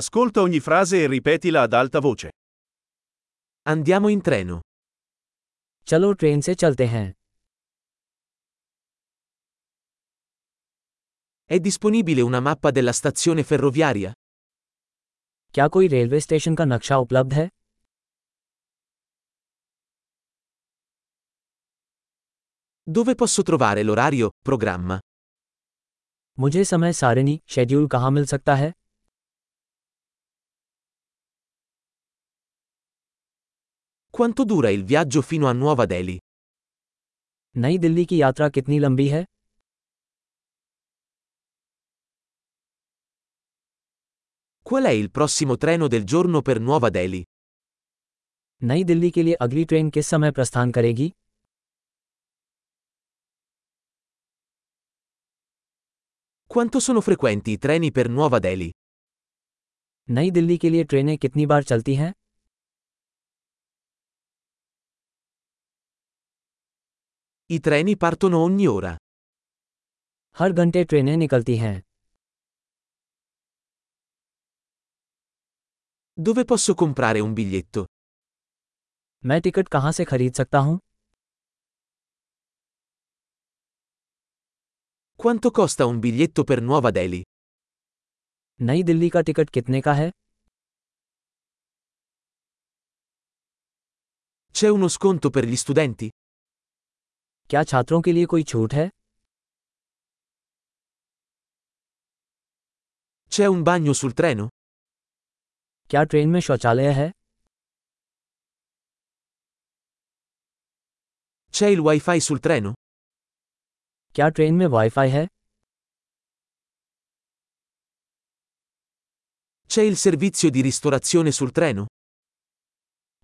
Ascolta ogni frase e ripetila ad alta voce. Andiamo in treno. चलो train से चलते हैं È disponibile una mappa della stazione ferroviaria? क्या कोई रेलवे स्टेशन का नक्शा उपलब्ध है Dove posso trovare l'orario, programma? मुझे समय सारिणी शेड्यूल कहाँ मिल सकता है Quanto dura il viaggio fino a Nuova Delhi? नई दिल्ली की यात्रा कितनी लंबी है Qual è il prossimo treno del giorno per Nuova Delhi? नई दिल्ली के लिए अगली ट्रेन किस समय प्रस्थान करेगी Quanto sono frequenti i treni per Nuova Delhi? नई दिल्ली के लिए ट्रेनें कितनी बार चलती हैं I treni partono ogni ora. हर घंटे ट्रेनें निकलती हैं Dove posso comprare un biglietto? मैं टिकट कहाँ से खरीद सकता हूँ Quanto costa un biglietto per Nuova Delhi? नई दिल्ली का टिकट कितने का है C'è uno sconto per gli studenti? क्या छात्रों के लिए कोई छूट है C'è un bagno sul treno? क्या ट्रेन में शौचालय है C'è il wifi sul treno? क्या ट्रेन में वाईफाई है C'è il servizio di ristorazione sul treno?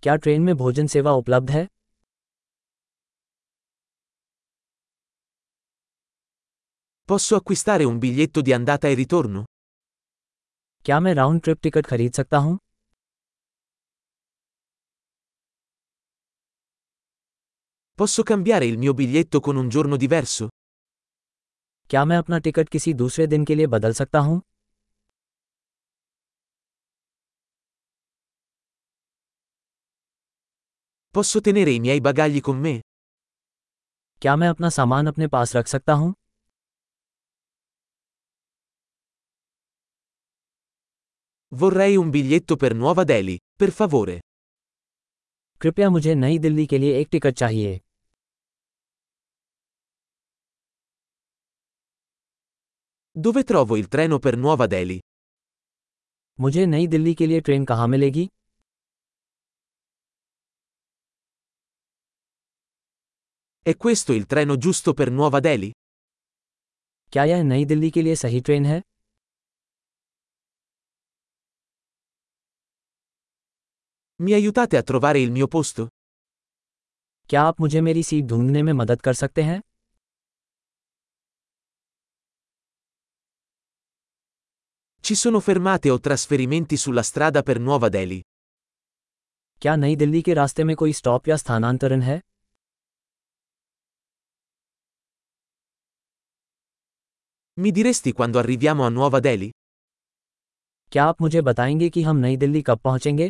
क्या ट्रेन में भोजन सेवा उपलब्ध है Posso acquistare un biglietto di andata e ritorno? क्या मैं राउंड ट्रिप टिकट खरीद सकता हूँ Posso cambiare il mio biglietto con un giorno diverso? क्या मैं अपना टिकट किसी दूसरे दिन के लिए बदल सकता हूँ Posso tenere i miei bagagli con me? क्या मैं अपना सामान अपने पास रख सकता हूँ Vorrei un biglietto per Nuova Delhi, per favore. कृपया मुझे नई दिल्ली के लिए एक टिकट चाहिए Dove trovo il treno per Nuova Delhi? मुझे नई दिल्ली के लिए ट्रेन कहाँ मिलेगी È questo il treno giusto per Nuova Delhi? क्या यह नई दिल्ली के लिए सही ट्रेन है Mi aiutate a trovare il mio posto? क्या आप मुझे मेरी सीट ढूंढने में मदद कर सकते हैं Ci sono fermate o trasferimenti sulla strada per Nuova Delhi? क्या नई दिल्ली के रास्ते में कोई स्टॉप या स्थानांतरण है Mi diresti quando arriviamo a Nuova Delhi? क्या आप मुझे बताएंगे कि हम नई दिल्ली कब पहुंचेंगे